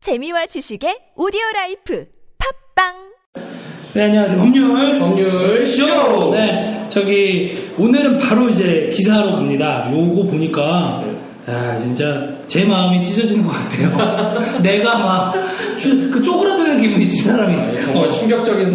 재미와 지식의 오디오 라이프 팝빵 네, 안녕하세요. 법률. 법률 쇼! 네, 저기, 오늘은 바로 이제 기사로 갑니다. 요거 보니까, 아, 진짜 제 마음이 찢어지는 것 같아요. 내가 막, 쭈- 그 쪼그라드는 기분이 지 사람이. 네, 어, 정말 충격적인 네.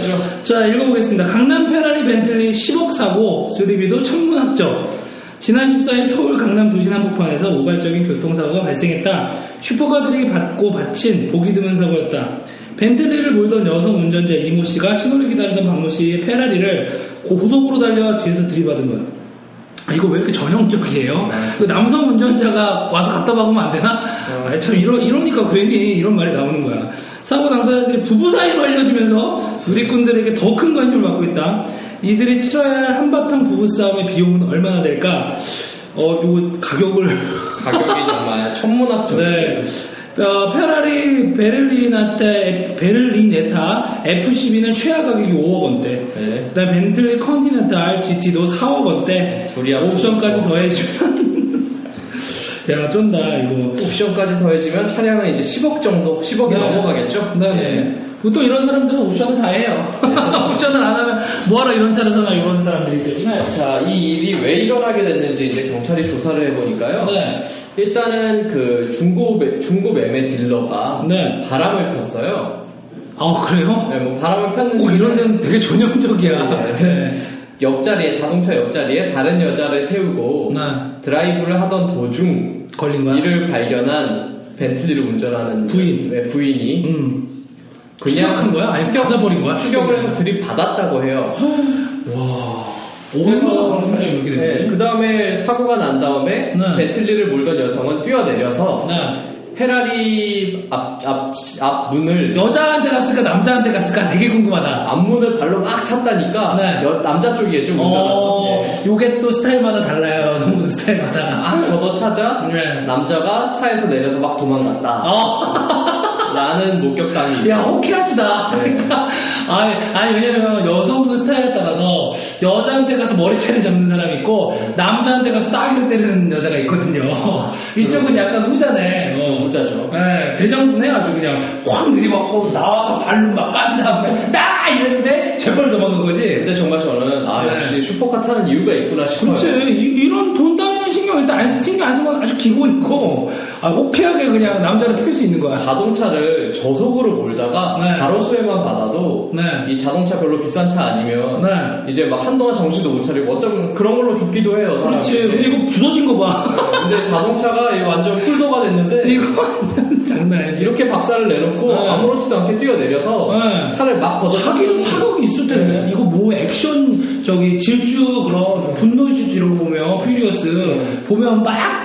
사건이었죠. 자, 읽어보겠습니다. 강남 페라리 벤틀리 10억 사고, 수리비도 천문학적. 지난 14일 서울 강남 도시 한복판에서 우발적인 교통사고가 발생했다. 슈퍼카들이 받고 받친 보기 드문 사고였다. 벤틀리를 몰던 여성 운전자 이모 씨가 신호를 기다리던 박모 씨의 페라리를 고속으로 달려와 뒤에서 들이받은 거야. 아, 이거 왜 이렇게 전형적이에요? 그 남성 운전자가 와서 갖다 박으면 안 되나? 아, 참 이러, 이러니까 괜히 이런 말이 나오는 거야. 사고 당사자들이 부부 사이로 알려지면서 누리꾼들에게 더 큰 관심을 받고 있다. 이들이 치러야 할 한바탕 부부싸움의 비용은 얼마나 될까? 어, 요 가격을 가격이 정말 천문학적. 네. 어, 페라리 베를린한테 베를리네타 F12는 최하 가격이 5억 원대. 네. 그다음 벤틀리 컨티넨탈 GT도 4억 원대. 둘이 합쳐서. 옵션까지 더해주면 야 쩐다 이거. 옵션까지 더해지면 차량은 이제 10억 정도, 10억이 네. 넘어가겠죠? 네. 예. 보통 이런 사람들은 옵션을 다 해요. 옵션을 안 하면 뭐하러 이런 차를 사나 이런 사람들이 때문에. 자, 이 일이 왜 일어나게 됐는지 이제 경찰이 조사를 해보니까요. 네. 일단은 그 중고, 매, 중고 매매 딜러가 네. 바람을 폈어요. 아 그래요? 네, 뭐 바람을 폈는지. 오 이런 데는 되게 전형적이야. 네. 옆자리에, 자동차 옆자리에 다른 여자를 태우고 나 드라이브를 하던 도중 걸린 거야. 이를 발견한 벤틀리를 운전하는 부인. 네, 부인이 음. 그냥 추격한 거야? 아니 추격- 받아버린 거야? 추격을 해서 들이받았다고 해요. 아, 오늘도 방송이 이렇게 되네. 그 다음에 사고가 난 다음에 네. 벤틀리를 몰던 여성은 뛰어내려서 네. 페라리 앞, 앞, 앞 문을 여자한테 갔을까 남자한테 갔을까 되게 궁금하다. 앞문을 발로 막 찼다니까 네. 여- 남자 쪽이겠죠 어, 운전하던 아, 예. 요게 또 스타일마다 달라요. 성분 스타일마다. 막 걷어차자 네. 남자가 차에서 내려서 막 도망갔다 어. 라는 목격담이 야, 있어요. 호쾌하시다. 아니, 아니, 왜냐면 여성분 스타일에 따라서 여자한테 가서 머리채를 잡는 사람이 있고 남자한테 가서 따귀를 때리는 여자가 있거든요. 이쪽은 약간 후자네. 어. 부자죠 네, 대장군에 아주 그냥 쾅 들이받고 나와서 발로 막 깐 다음에 나 이랬는데 재벌 도망간 거지. 근데 정말 저는 아 네. 역시 슈퍼카 타는 이유가 있구나 싶어요. 그렇지 이, 런돈 따위는 신경 일단 안, 신경 안 쓰는 건 아주 기본이고 아, 호쾌하게 그냥 남자를 필 수 있는 거야. 자동차를 저속으로 몰다가 네. 가로수에만 받아도 네. 이 자동차 별로 비싼 차 아니면 네. 이제 막 한동안 정신도 못 차리고 어쩌면 그런 걸로 죽기도 해요. 사람이. 그렇지 근데 이거 부서진 거 봐. 근데 자동차가 이 완전 쿨도가 됐는데 이거 완전 장난 아니야. 이렇게 박살을 내놓고 네. 아무렇지도 않게 뛰어내려서 네. 차를 막 걷어 자기는 파격이 있을 텐데 네. 이거 뭐 액션 저기 질주 그런 분노의 질주 이런 거 보면 퓨리어스 보면 막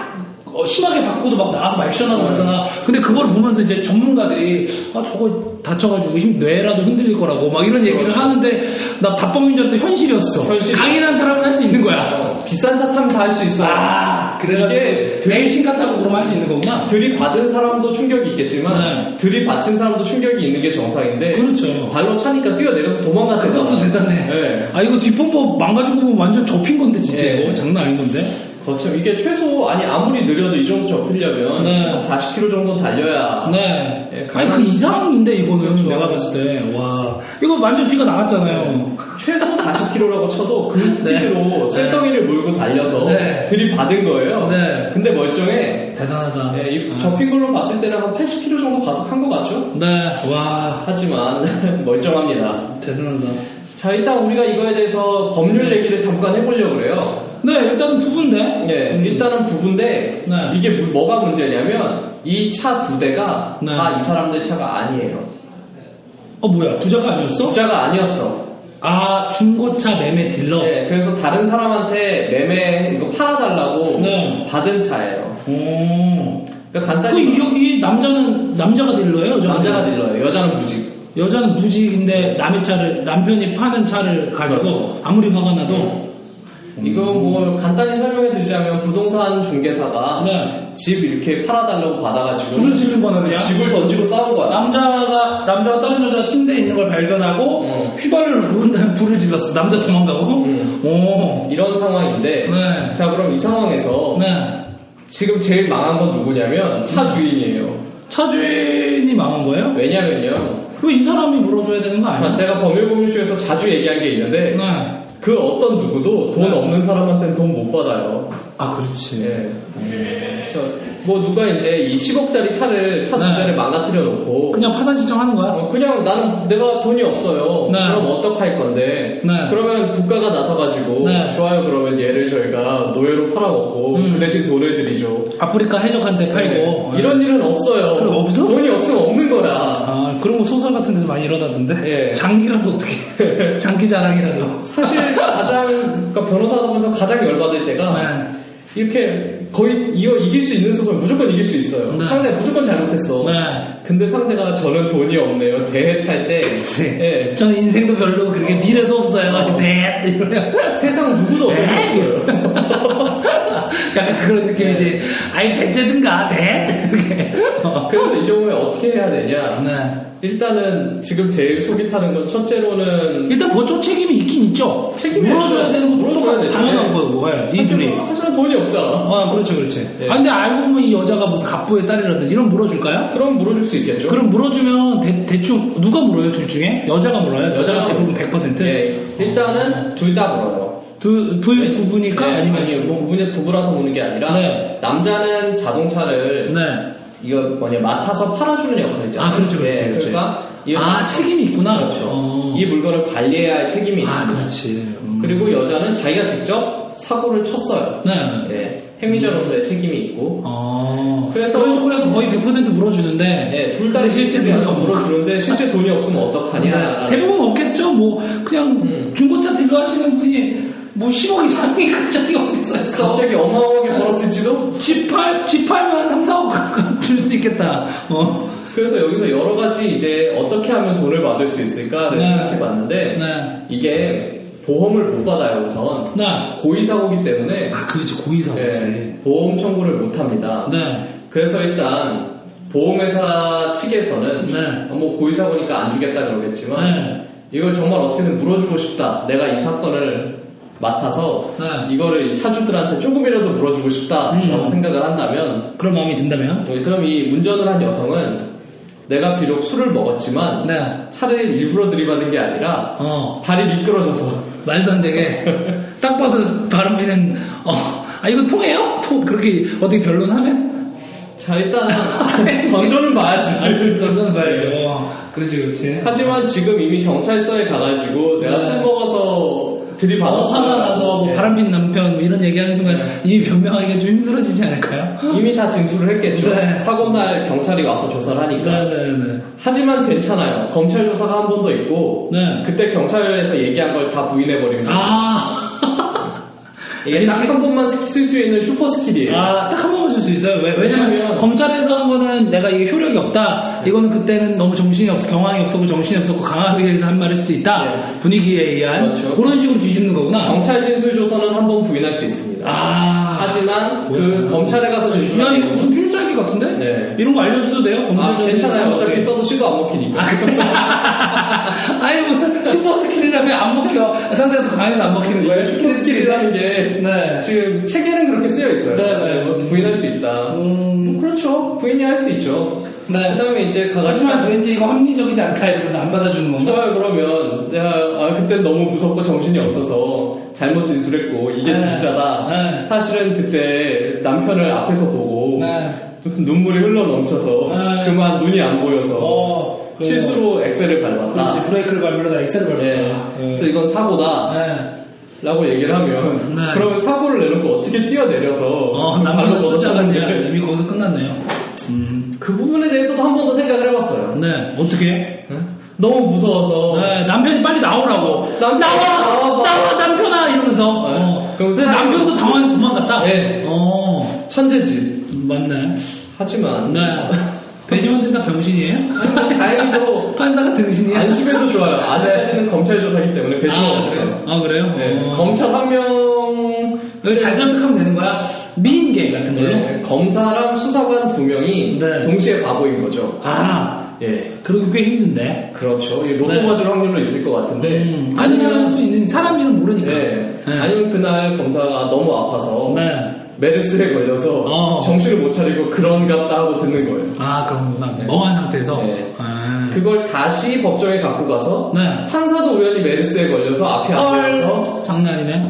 어, 심하게 바꾸도 막 나와서 막 액션하고 네. 그러잖아 근데 그걸 보면서 이제 전문가들이 아 저거 다쳐가지고 힘 뇌라도 흔들릴 거라고 막 이런 얘기를 하는데 나 답방인 줄 알았더니 현실이었어 그렇죠. 현실. 강인한 사람은 할 수 있는 거야 비싼 차 타면 다 할 수 있어요. 아 이게 그래가지고 내신 같다고 그러면 할 수 있는 거구나 들이받은 사람도 충격이 있겠지만 네. 들이받친 사람도 충격이 있는 게 정상인데 그렇죠 발로 차니까 뛰어내려서 도망갔대요. 그것도 대단해 네. 아 이거 뒷범퍼 망가지고 보면 완전 접힌 건데 진짜 네. 이거 장난 아닌 건데 거참 그렇죠. 이게 최소 아니 아무리 느려도 이 정도 접히려면 네. 최소 40km 정도 는 달려야 네. 예, 아니 강한- 그 이상인데 이거는 그렇죠. 내가 봤을 때 와. 이거 완전 뒤가 나갔잖아요. 최소 40km라고 쳐도 그 스피드로 네. 쇳덩이를 몰고 달려서 네. 들이받은 거예요. 네. 근데 멀쩡해. 대단하다. 예, 네. 이 접힌 걸로 봤을 때는 한 80km 정도 가속한 것 같죠? 네. 와. 하지만 멀쩡합니다. 대단하다. 자 일단 우리가 이거에 대해서 법률 얘기를 잠깐 해보려고 그래요. 네, 일단은 부부인데. 예, 음. 일단은 부부인데 네. 이게 무- 뭐가 문제냐면 이 차 두 대가 네. 다 이 사람들 차가 아니에요. 어 뭐야? 부자가 아니었어? 부자가 아니었어. 아, 중고차 매매 딜러. 네, 그래서 다른 사람한테 매매 이거 팔아달라고 네. 받은 차예요. 오. 그러니까 그 간단히 이, 이 남자는 남자가 딜러예요? 여자가? 남자가 딜러예요. 여자는 무직. 여자는 무직인데 남의 차를 남편이 파는 차를 가지고 그렇죠. 아무리 화가 나도 음. 이거 뭐 간단히 설명해 드리자면 부동산 중개사가 네. 집 이렇게 팔아달라고 받아가지고 불을 지는 거는 그냥 집을 던지고 싸운 거야. 아. 남자가 남자가 다른 여자 침대에 있는 걸 발견하고 음. 휘발유를 부은 다음 불을 질렀어. 남자 도망가고. 어. 음. 오. 이런 상황인데 네. 자 그럼 이 상황에서 네. 음. 지금 제일 망한 건 누구냐면 차 주인이에요. 차주인이 망한 거예요? 왜냐면요. 그럼 이 사람이 물어줘야 되는 거 자, 아니야? 제가 법률고문쇼에서 자주 얘기한 게 있는데 네. 그 어떤 누구도 돈 네. 없는 사람한테는 돈 못 받아요. 아 그렇지. 예. 그래서 뭐 누가 이제 이 10억짜리 차를 차 두 네. 대를 망가뜨려 놓고 그냥 파산 신청하는 거야. 어, 그냥 나는 내가 돈이 없어요. 네. 그럼 어떡할 건데? 네. 그러면 국가가 나서가지고 네. 좋아요 그러면 얘를 저희가 노예로 팔아먹고 음. 그 대신 돈을 드리죠. 아프리카 해적한테 팔고 네. 이런 일은 없어요. 그럼 없어? 돈이 없으면 없는 거야. 아 그런 거 소설 같은 데서 많이 이러다던데. 예. 장기라도 어떻게? 장기 자랑이라도. 사실 가장 그러니까 변호사다 보면서 가장 열받을 때가 네. 이렇게 거의 이거 이길 수 있는 소설 무조건 이길 수 있어요. 네. 상대 무조건 잘못했어. 네. 근데 상대가 저는 돈이 없네요. 대회 탈 때. 그치. 예. 저는 인생도 별로 그렇게 미래도 네. 없어요. 어. 네. 이러면 세상 누구도 어쩔 수 없어요. 약간 그런 느낌이지. 아이 배째든가 네. 이렇게. 어. 아, 그래서 이 경우에 어떻게 해야 되냐? 네. 일단은 지금 제일 속이 타는 건 첫째로는 일단 보조 책임이 있긴 있죠. 책임이 물어줘야 있죠. 되는 것도 물어줘야 똑같- 되죠. 당연한 거고. 예, 이 둘이. 하지만 돈이 없잖아. 아, 그렇죠, 그렇지. 예. 아, 근데 알고 보면 이 여자가 무슨 갑부의 딸이라든지 이런 물어줄까요? 그럼 물어줄 수 있겠죠. 그럼 물어주면 대, 충 누가 물어요 둘 중에? 여자가 물어요. 여자가 대부분 100%. 예, 일단은 둘 다 물어요. 두 부유 부부니까 네, 아니면 아니요, 뭐 부부냐 부부라서 보는 게 아니라 그러니까? 네. 남자는 자동차를 네. 이거 뭐냐 맡아서 팔아주는 역할이잖아요. 아, 그렇죠, 그렇죠, 네, 그렇죠. 그러니까 이, 아 책임이 있구나. 그렇죠. 어. 이 물건을 관리해야 할 책임이 있어요. 아 그렇지. 음. 그리고 여자는 자기가 직접 사고를 쳤어요. 네. 네, 행위자로서의 책임이 있고. 어. 그래서- 그런 식으로 해서 예, 거의 100% 물어주는데. 네, 둘 다 근데 실제 돈이 물어줘. 물어주는데 실제 돈이 없으면 어떡하냐. 네, 대부분 없겠죠. 뭐 그냥 음. 중고차 딜러 하시는 분이 뭐 10억 이상이 갑자기 어디서 했어? 갑자기 어마어마하게 벌었을지도. 집 팔, 집 팔면 3, 4억 줄 수 있겠다. 어. 그래서 여기서 여러 가지 이제 어떻게 하면 돈을 받을 수 있을까를 네. 생각해봤는데 네. 이게 보험을 못 받아요 우선 네. 고의사고기 때문에 아, 그렇지. 고의사고지. 예, 보험 청구를 못 합니다. 네. 그래서 일단 보험회사 측에서는 네. 어, 뭐 고의사고니까 안 주겠다 그러겠지만 네. 이걸 정말 어떻게든 물어주고 싶다. 내가 이 사건을 맡아서 네. 이거를 이 차주들한테 조금이라도 물어주고 싶다라고 음. 생각을 한다면 그런 마음이 든다면? 어, 그럼 이 운전을 한 여성은 내가 비록 술을 먹었지만 네. 차를 일부러 들이받은 게 아니라 어. 발이 미끄러져서 말도 안 되게. 딱 봐도 바람비는, 어. 아, 이거 통해요? 통, 그렇게 어떻게 변론하면? 자 일단 전조는 봐야지 저는 봐야죠. 어, 그렇지, 그렇지. 하지만 지금 이미 경찰서에 가가지고 내가 네. 술 먹어서 어, 들이받았어 화가 나서 뭐 바람핀 남편 뭐 이런 얘기하는 순간 이미 변명하기가 좀 힘들어지지 않을까요? 이미 다 진술을 했겠죠 네. 사고 날 경찰이 와서 조사를 하니까 네네네. 하지만 괜찮아요 검찰 조사가 한 번 더 있고 네. 그때 경찰에서 얘기한 걸 다 부인해버립니다 아. 이게 딱 한 번만 쓸 수 있는 슈퍼 스킬이에요 아, 딱 한 번만 줄 수 있어요. 왜, 왜냐면, 왜냐면- 검찰에서 한 거는 내가 이게 효력이 없다. 이거는 그때는 너무 정신이 없어, 경황이 없었고, 정신이 없었고, 강하게 의해서 한 말일 수도 있다. 네. 분위기에 의한. 그렇죠. 그런 식으로 뒤집는 거구나. 경찰 진술 조서는 한 번 부인할 수 있습니다. 아. 하지만 그 그렇구나. 검찰에 가서 야, 진술하는 이거 건 무슨 필살기 같은데? 네. 이런 거 알려줘도 돼요? 아, 검찰 아, 괜찮아요. 어차피 써도 씨도 안 먹히니까. 아니, 무슨 슈퍼 스킬이라면 안 먹혀. 상대가 더 강해서 안 먹히는 거예요. 슈퍼 스킬이라는 게 네. 지금 책에는 그렇게 쓰여 있어요. 네, 네. 뭐 부인할 수 있다. 음. 뭐 그렇죠. 부인이 할 수 있죠. 네. 그다음에 이제 가가지고 어, 하지만 왠지 이거 합리적이지 않다 이러면서 안 받아주는 건가? 좋아요 그러면 내가 아, 그때 너무 무섭고 정신이 없어서 잘못 진술했고 이게 네. 진짜다. 네. 사실은 그때 남편을 앞에서 보고 네. 눈물이 흘러 넘쳐서 네. 그만 눈이 안 보여서 어, 그래요. 실수로 엑셀을 밟았다. 그렇지 네. 브레이크를 밟으려다 엑셀을 밟았다. 예. 그래서 이건 사고다. 네. 라고 얘기를 하면 네. 그러면 사고를 내놓고 어떻게 뛰어내려서 어, 발로 남편은 걷어차는 쫓아갔냐? 게 이미 거기서 끝났네요. 음. 그 부분에 대해서도 한 번 더 생각을 해봤어요. 네, 어떻게? 너무 무서워서 네, 남편이 빨리 나오라고. 남편, 나와! 나와봐. 나와, 남편아! 이러면서. 네. 어. 그럼 근데 사람이- 남편도 당황해서 도망갔다? 네. 어, 천재지. 맞네. 하지만 네. 배심원들 다 병신이에요? 다행히도 판사가 등신이야? 안심해도 좋아요. 아직까지는 검찰 조사기 때문에 배심원 없어요. 네. 아, 그래요? 네. 어. 검찰 한 명, 이걸 잘 선택하면 되는 거야? 미인계 같은 걸로? 네, 검사랑 수사관 두 명이 네. 동시에 바보인 거죠. 아, 예, 그리고 꽤 힘든데. 그렇죠. 이 로또 네. 음, 맞을 확률로 있을 것 같은데 아니면 할 수 있는 사람 이름 모르니까. 네. 아니면 그날 검사가 너무 아파서 네. 메르스에 걸려서 어. 정신을 못 차리고 그런 같다 하고 듣는 거예요. 아, 그런구나. 네. 멍한 상태에서. 네. 아. 그걸 다시 법정에 갖고 가서 네. 판사도 우연히 메르스에 걸려서 앞이 안 보여서 헐, 장난이네.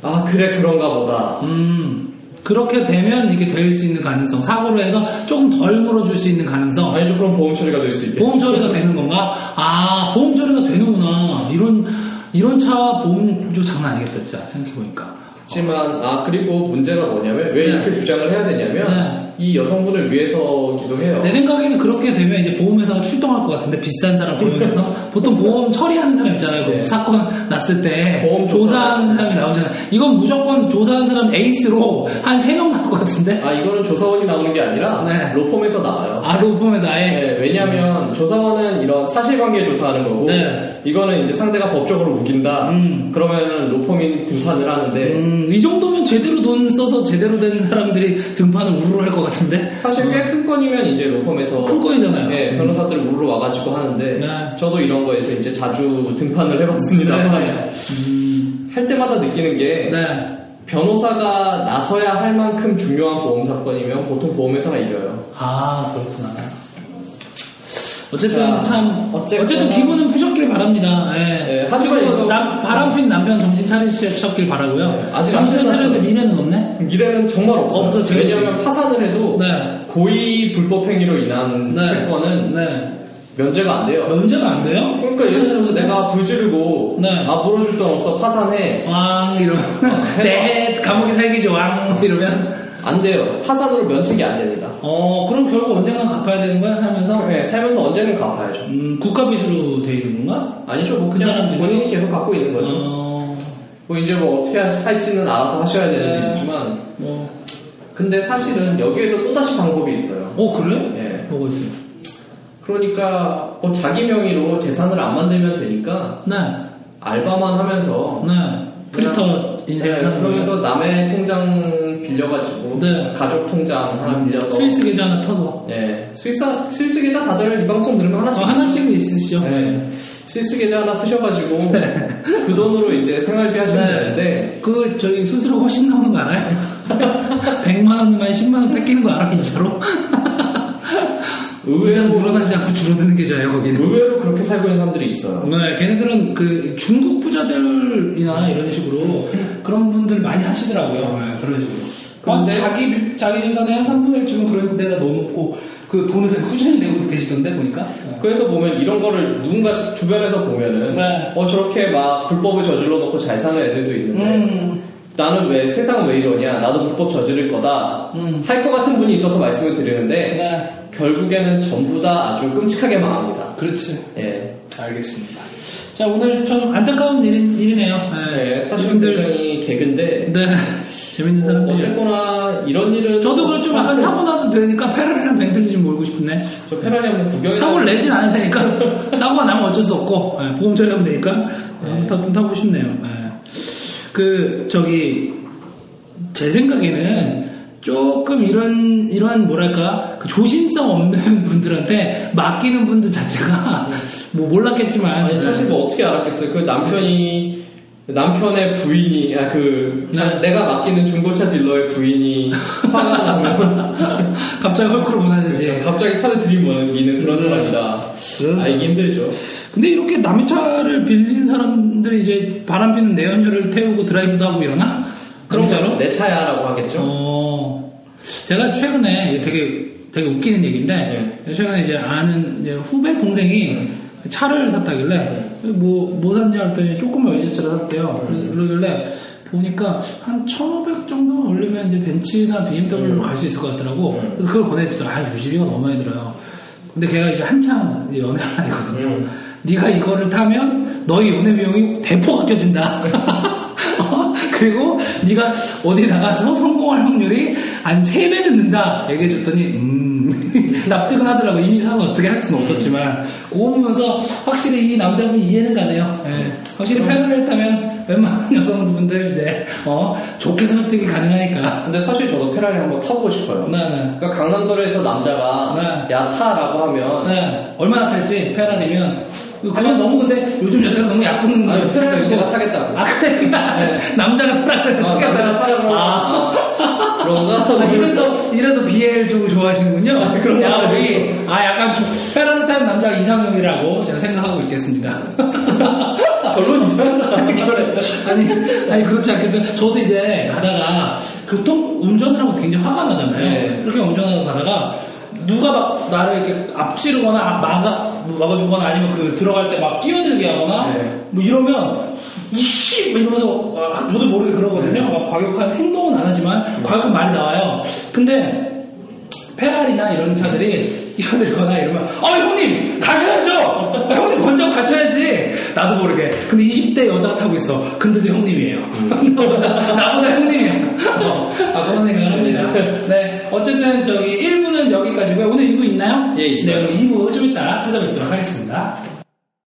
아 그래 그런가 보다. 음. 그렇게 되면 이게 될 수 있는 가능성, 사고로 해서 조금 덜 물어줄 어. 수 있는 가능성, 아니 좀 그럼 보험 처리가 될 수 있겠지. 보험 처리가 되는 건가? 아, 보험 처리가 되는구나. 이런, 이런 차 보험도 장난 아니겠다, 진짜. 생각해보니까. 하지만 아 그리고 문제가 뭐냐면 왜 네. 이렇게 주장을 해야 되냐면 이 여성분을 위해서기도 해요. 내 생각에는 그렇게 되면 이제 보험회사가 출동할 것 같은데 비싼 사람 고용해서 보통 보험 처리하는 사람 있잖아요. 그 네. 사건 났을 때 보험 조사하는 사람이 나오잖아요. 이건 무조건 조사하는 사람 에이스로 한 세 명 나올 것 같은데. 아 이거는 조사원이 나오는 게 아니라 네. 로펌에서 나와요. 아, 로펌에서 아예 네, 왜냐하면 조사원은 이런 사실관계 조사하는 거고 네. 이거는 이제 상대가 법적으로 우긴다. 음. 그러면 로펌이 등판을 하는데 음, 이 정도면 제대로 돈 써서 제대로 된 사람들이 등판을 우르르 할 것 같은데. 사실 꽤 큰 건이면 이제 로펌에서 큰 건이잖아요. 음. 네, 변호사들 우르르 와가지고 하는데 네. 저도 이런 거에서 이제 자주 등판을 해봤습니다만 네. 음, 할 때마다 느끼는 게 네. 변호사가 나서야 할 만큼 중요한 보험 사건이면 보통 보험회사가 이겨요. 아 그렇구나. 어쨌든 자, 참 어쨌든, 어쨌거나- 기분은 푸셨길 바랍니다. 예. 예, 하지만 그리고 이거- 남- 바람핀 남편 정신 차리셨길 바라고요. 네, 아직 안 정신 끝났어요. 차렸는데 미래는 없네. 미래는 정말 없어요. 없어, 제가 왜냐하면 파산을 해도 네. 고의 불법 행위로 인한 네. 채권은 네. 면제가 안 돼요. 면제가 안 돼요? 그러니까 예를 들어서 내가 불지르고 네. 아 물어줄 돈 없어 파산해 왕 이러면 내 감옥이 살기지 왕 이러면 안 돼요. 파산으로 면책이 안 됩니다. 어 그럼 결국 언젠간 갚아야 되는 거야 살면서 네, 살면서 언제는 갚아야죠. 음, 국가 빚으로 돼 있는 건가? 아니죠, 뭐 그 그냥 사람들이- 본인이 계속 갖고 있는 거죠. 어, 뭐 이제 뭐 어떻게 하- 할지는 알아서 하셔야 되는 네. 일이지만 뭐, 근데 사실은 여기에도 또 다시 방법이 있어요. 어 그래? 예. 뭐가 있어요? 그러니까 뭐 자기 명의로 재산을 안 만들면 되니까 네. 알바만 하면서 네. 프리터 인생을 네, 사는 거예요. 그러면서 남의 통장 빌려가지고 네. 가족 통장 하나 빌려서 스위스 계좌 하나 터서. 네, 스위스 스위스 계좌 다들 이 방송 들으면 하나씩 어, 하나씩은 있으시죠? 네, 스위스 계좌 하나 트셔가지고 그 돈으로 이제 생활비 하시면 네. 되는데 그, 저기, 수수료 훨씬 나오는 거 알아요? 100만원만 10만원 뺏기는 거 알아, 이자로? 의외로 늘어나지 않고 줄어드는 계좌예요, 거기는. 의외로 그렇게 살고 있는 사람들이 있어요. 네, 걔네들은 그 중국 부자들이나 이런 식으로 그런 분들 많이 하시더라고요. 네, 그런 식으로. 막 근데- 자기, 자기 재산의 한 3분의 1 주면 그런 데다 넣어놓고 그 돈을 계속 꾸준히 내고 계시던데, 보니까. 네. 그래서 보면 이런 거를 누군가 주- 주변에서 보면은 네. 어 저렇게 막 불법을 저질러 놓고 잘 사는 애들도 있는데 음. 나는 왜 세상 왜 이러냐 나도 불법 저지를 거다 음. 할 것 같은 분이 있어서 말씀을 드리는데 네. 결국에는 전부 다 아주 끔찍하게 망합니다. 그렇지. 예. 알겠습니다. 자, 오늘 좀 안타까운 일이, 일이네요. 네, 사실 이분들- 굉장히 개그인데 네. 재밌는 어, 사람들. 어쨌거나 이런 일은 저도 그걸 좀 약간 사고 나도 되니까 페라리랑 벤틀리 좀 몰고 싶네. 저 페라리 한번 구경해 사고를 내진 않을 테니까. 사고가 나면 어쩔 수 없고, 예, 보험 처리하면 되니까. 네. 예, 한번 타- 한번 타보고 싶네요. 예. 그, 저기, 제 생각에는 조금 이런, 이런 뭐랄까, 그 조심성 없는 분들한테 맡기는 분들 자체가 뭐 몰랐겠지만. 네. 아니 사실 뭐 어떻게 알았겠어요 그 남편이 남편의 부인이 아그 네. 내가 맡기는 중고차 딜러의 부인이 화가 나면 갑자기 헐크로 보내는지. 갑자기 차를 들이미는 그런 아, 사람이다 음. 알기 힘들죠 근데 이렇게 남의 차를 빌린 사람들이 이제 바람피는 내연료를 태우고 드라이브도 하고 이러나? 그런 차로? 내 차야라고 하겠죠 어, 제가 최근에 되게 되게 웃기는 얘기인데 네. 최근에 이제 아는 이제 후배 동생이 차를 샀다길래 네. 뭐, 뭐 샀냐 했더니 조금만 외제차를 샀대요. 그러길래 보니까 한 1,500 정도 올리면 이제 벤츠나 BMW로 갈 수 있을 것 같더라고. 음. 그래서 그걸 보내주더라. 아, 60이가 너무 많이 들어요. 근데 걔가 이제 한창 이제 연애를 하거든요. 음. 네가 이거를 타면 너의 연애 비용이 대폭 아껴진다. 어? 그리고 네가 어디 나가서 성공할 확률이 한 3배는 는다 얘기해 줬더니 음 납득은 하더라고 이미 사서 어떻게 할 수는 없었지만 그거 보면서 확실히 이 남자분이 이해는 가네요 예. 확실히 음. 패널을 타면 웬만한 여성분들 이제 어 좋게 설득이 가능하니까 근데 사실 저도 페라리 한번 타보고 싶어요 네, 그러니까 강남도로에서 남자가 네. 야 타라고 하면 네. 얼마나 탈지 페라리면 그건 너무 근데 요즘 여자가 너무 약붙는 아니, 거예요. 그러니까 여자가 타겠다고. 아, 그러니까. 남자가 타라고. 아, 남자가 타라 그러고. 아, 그런가? 아, 이래서, 이래서 BL 좀 좋아하시는군요. 아, 그런 거 야, 우리, 아, 약간 좀, 페라를 타는 남자가 이상형이라고 제가 생각하고 있겠습니다. 결론 이상하다. 아니, 아니, 그렇지 않겠어요? 저도 이제 가다가, 교통, 운전을 하고 굉장히 화가 나잖아요. 네. 이렇게 운전하고 가다가, 누가 막 나를 이렇게 앞지르거나 막아, 막아주거나 아니면 그 들어갈 때 막 끼어들게 하거나, 네. 뭐 이러면 이씨 막 이러면서 아, 저도 모르게 그러거든요. 막 과격한 행동은 안 음. 하지만 과격한 말이 나와요. 근데 페라리나 이런 차들이 이러들거나 이러면 아 형님 가셔야죠. 아, 형님 먼저 가셔야지. 나도 모르게. 근데 20대 여자가 타고 있어. 근데도 형님이에요. 음. 나보다 형님이야. 어, 아 그런 생각을 합니다. 네. 어쨌든 저기 1부는 여기까지고요. 오늘 2부 있나요? 예, 있어요. 네, 그럼 2부 좀 이따 찾아뵙도록 하겠습니다.